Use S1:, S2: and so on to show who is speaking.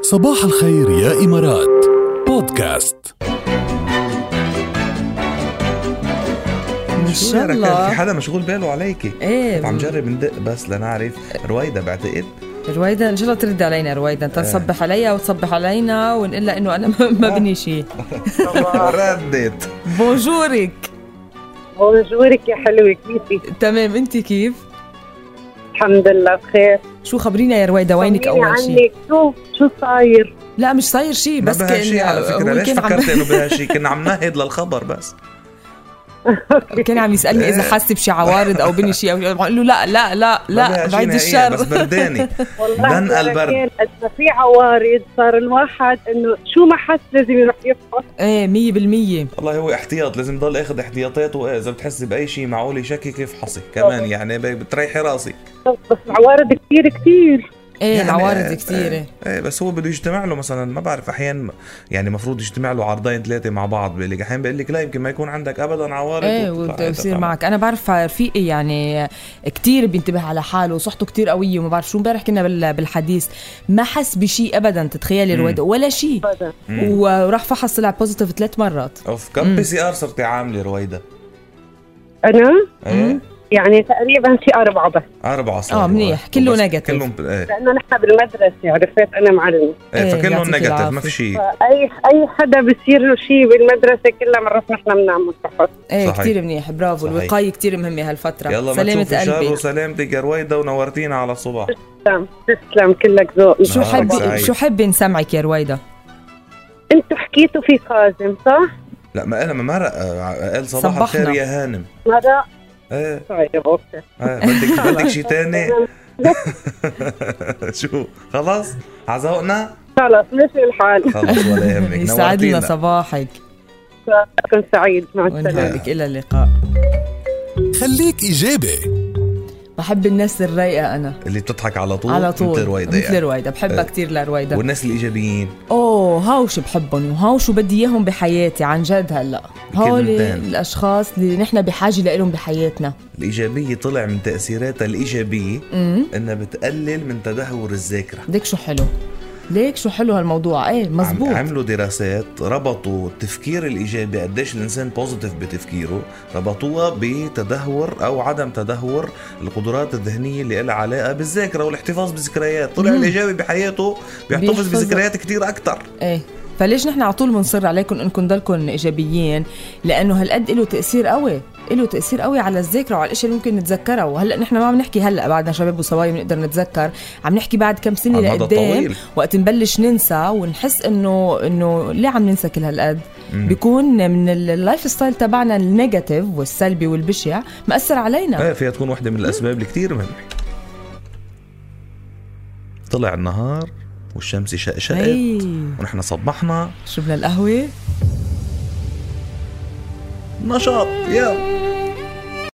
S1: صباح الخير يا إمارات بودكاست
S2: ان شاء
S3: شو ده؟ كان في
S2: الله
S3: حدا مشغول باله عليكي
S2: ايه
S3: عم جرب ندق بس لنعرف رويدا بعتقد
S2: رويدا ان شاء الله ترد علينا رويدا
S3: إيه.
S2: تصبح عليا وتصبح علينا ونقول لها انه انا ما- ما
S3: آه.
S2: بني شيء
S3: ردت
S2: بونجورك
S4: بونجورك يا حلوة كيفك؟
S2: تمام انت كيف
S4: الحمد لله بخير
S2: شو خبرينا يا رويدا وينك
S4: طمنيني
S2: اول شيء
S4: عنك شو شو صاير؟
S2: لا مش صاير شيء
S3: ما
S2: إيه، بس
S3: بها
S2: كان
S3: شيء على فكره
S2: هو
S3: ليش
S2: كان عم-
S3: فكرت انه بها شيء كنا عم نهد للخبر بس
S2: كان عم يسالني اذا حاسه بشي عوارض او بني شيء او بقول له لا لا لا
S3: إيه. ما بها
S2: لا
S3: شيء
S2: بعيد
S3: نهائياً، بس
S2: الشر
S3: برداني
S4: والله
S3: دنقل
S4: يا
S3: برد.
S4: رجال قد ما في عوارض صار الواحد انه شو ما حس لازم يروح يفحص
S2: ايه مية بالمية
S3: والله هو احتياط لازم ضل إيه، اخذ احتياطات واذا بتحسي باي شيء معقول يشكك يفحصي كمان يعني ب- بتريحي راسك
S4: بس عوارض كثير كثير
S2: ايه
S3: يعني
S2: العوارض
S3: آه،
S2: كثيرة
S3: ايه بس هو بده يجتمع له مثلا ما بعرف احيانا يعني المفروض يجتمع له عرضين ثلاثه مع بعض بيقول لك احيانا بيقول لك لا يمكن ما يكون عندك ابدا عوارض
S2: ايه
S3: وبتطلع
S2: وت-
S3: إيه، أنت
S2: ويصير
S3: فاهمة.
S2: معك انا بعرف رفيقي يعني كتير بينتبه على حاله وصحته كتير قويه وما بعرف شو امبارح كنا بال- بالحديث ما حس بشيء ابدا تتخيلي
S3: مم.
S2: الواد ولا شيء
S4: ابدا
S3: مم.
S2: وراح فحص طلع بوزيتيف ثلاث مرات
S3: اوف كم
S2: مم.
S3: بي سي ار صرتي عامله رويدا؟
S4: انا
S3: ايه
S4: يعني تقريبا في اربعه بس
S3: اربعة صار
S2: آه، منيح. كله negative.
S3: كلهم ايه
S4: لانه نحن بالمدرسه عرفت انا معلمه
S2: إيه،
S3: إيه فكلهم
S2: يعطيك
S3: نيجاتيف ما
S2: العافية.
S3: في شيء
S4: فاي اي حدا بصير له شيء بالمدرسه كلها مرات نحن بنعمل فحص
S2: ايه
S3: صحيح.
S2: كتير منيح برافو
S3: صحيح.
S2: الوقايه كتير مهمه هالفتره
S3: يلا ما
S2: سلامه
S3: تشوفي شر
S2: قلبي
S3: وسلامتك يا رويدا ونورتينا على الصبح
S4: تسلم تسلم كلك ذوق
S2: شو
S3: نهارك
S2: حبي
S3: سعيد.
S2: شو حبي نسمعك يا رويدا
S4: انتم حكيتوا في قاسم صح؟
S3: لا ما انا ما مرق آه، قال صباح
S2: صبحنا.
S3: الخير يا هانم
S4: مرة
S3: ايه
S4: طيب اوكي
S3: ايه بدك بدك شيء تاني شو خلاص عزوقنا
S4: خلص مشي الحال
S3: خلاص ولا يهمك
S2: يسعدنا
S3: نعم، نورتينا
S2: صباحك
S4: كنت سعيد مع السلامة
S2: ونهارك الى اللقاء
S1: خليك إيجابي
S2: بحب الناس الرايقه انا
S3: اللي بتضحك على طول
S2: على طول
S3: مثل رويدا
S2: مثل
S3: يعني
S2: رويدا بحبها
S3: إيه.
S2: كتير لرويدا
S3: والناس الايجابيين
S2: اوه هاو شو بحبهم وهاو شو بدي اياهم بحياتي عن جد هلا هول
S3: كلمتين.
S2: الاشخاص اللي نحن بحاجه لهم بحياتنا
S3: الايجابيه طلع من تاثيراتها الايجابيه
S2: امم
S3: انها بتقلل من تدهور الذاكره
S2: ليك شو حلو ليك شو حلو هالموضوع ايه
S3: عم-
S2: مزبوط
S3: عملوا دراسات ربطوا التفكير الايجابي قديش الانسان بوزيتيف بتفكيره ربطوها بتدهور او عدم تدهور القدرات الذهنيه اللي لها علاقه بالذاكره والاحتفاظ بذكريات طلع
S2: مم.
S3: الايجابي بحياته بيحتفظ
S2: بيحفظها.
S3: بذكريات كتير اكثر
S2: ايه فليش نحن على طول بنصر عليكم انكم ضلكم ايجابيين لانه هالقد له تاثير قوي له تاثير قوي على الذاكره وعلى الاشياء اللي ممكن نتذكرها وهلا نحن ما عم نحكي هلا بعدنا شباب وصبايا بنقدر نتذكر عم نحكي بعد كم سنه
S3: على المدى
S2: لقدام
S3: الطويل.
S2: وقت نبلش ننسى ونحس انه انه ليه عم ننسى كل هالقد
S3: مم.
S2: بيكون من ال- اللايف ستايل تبعنا النيجاتيف والسلبي والبشع مأثر علينا
S3: آه فيها تكون واحدة من الأسباب اللي كتير مهمة طلع النهار والشمس شقشقت
S2: هي
S3: ونحن صبحنا
S2: شربنا القهوه
S3: نشاط يلا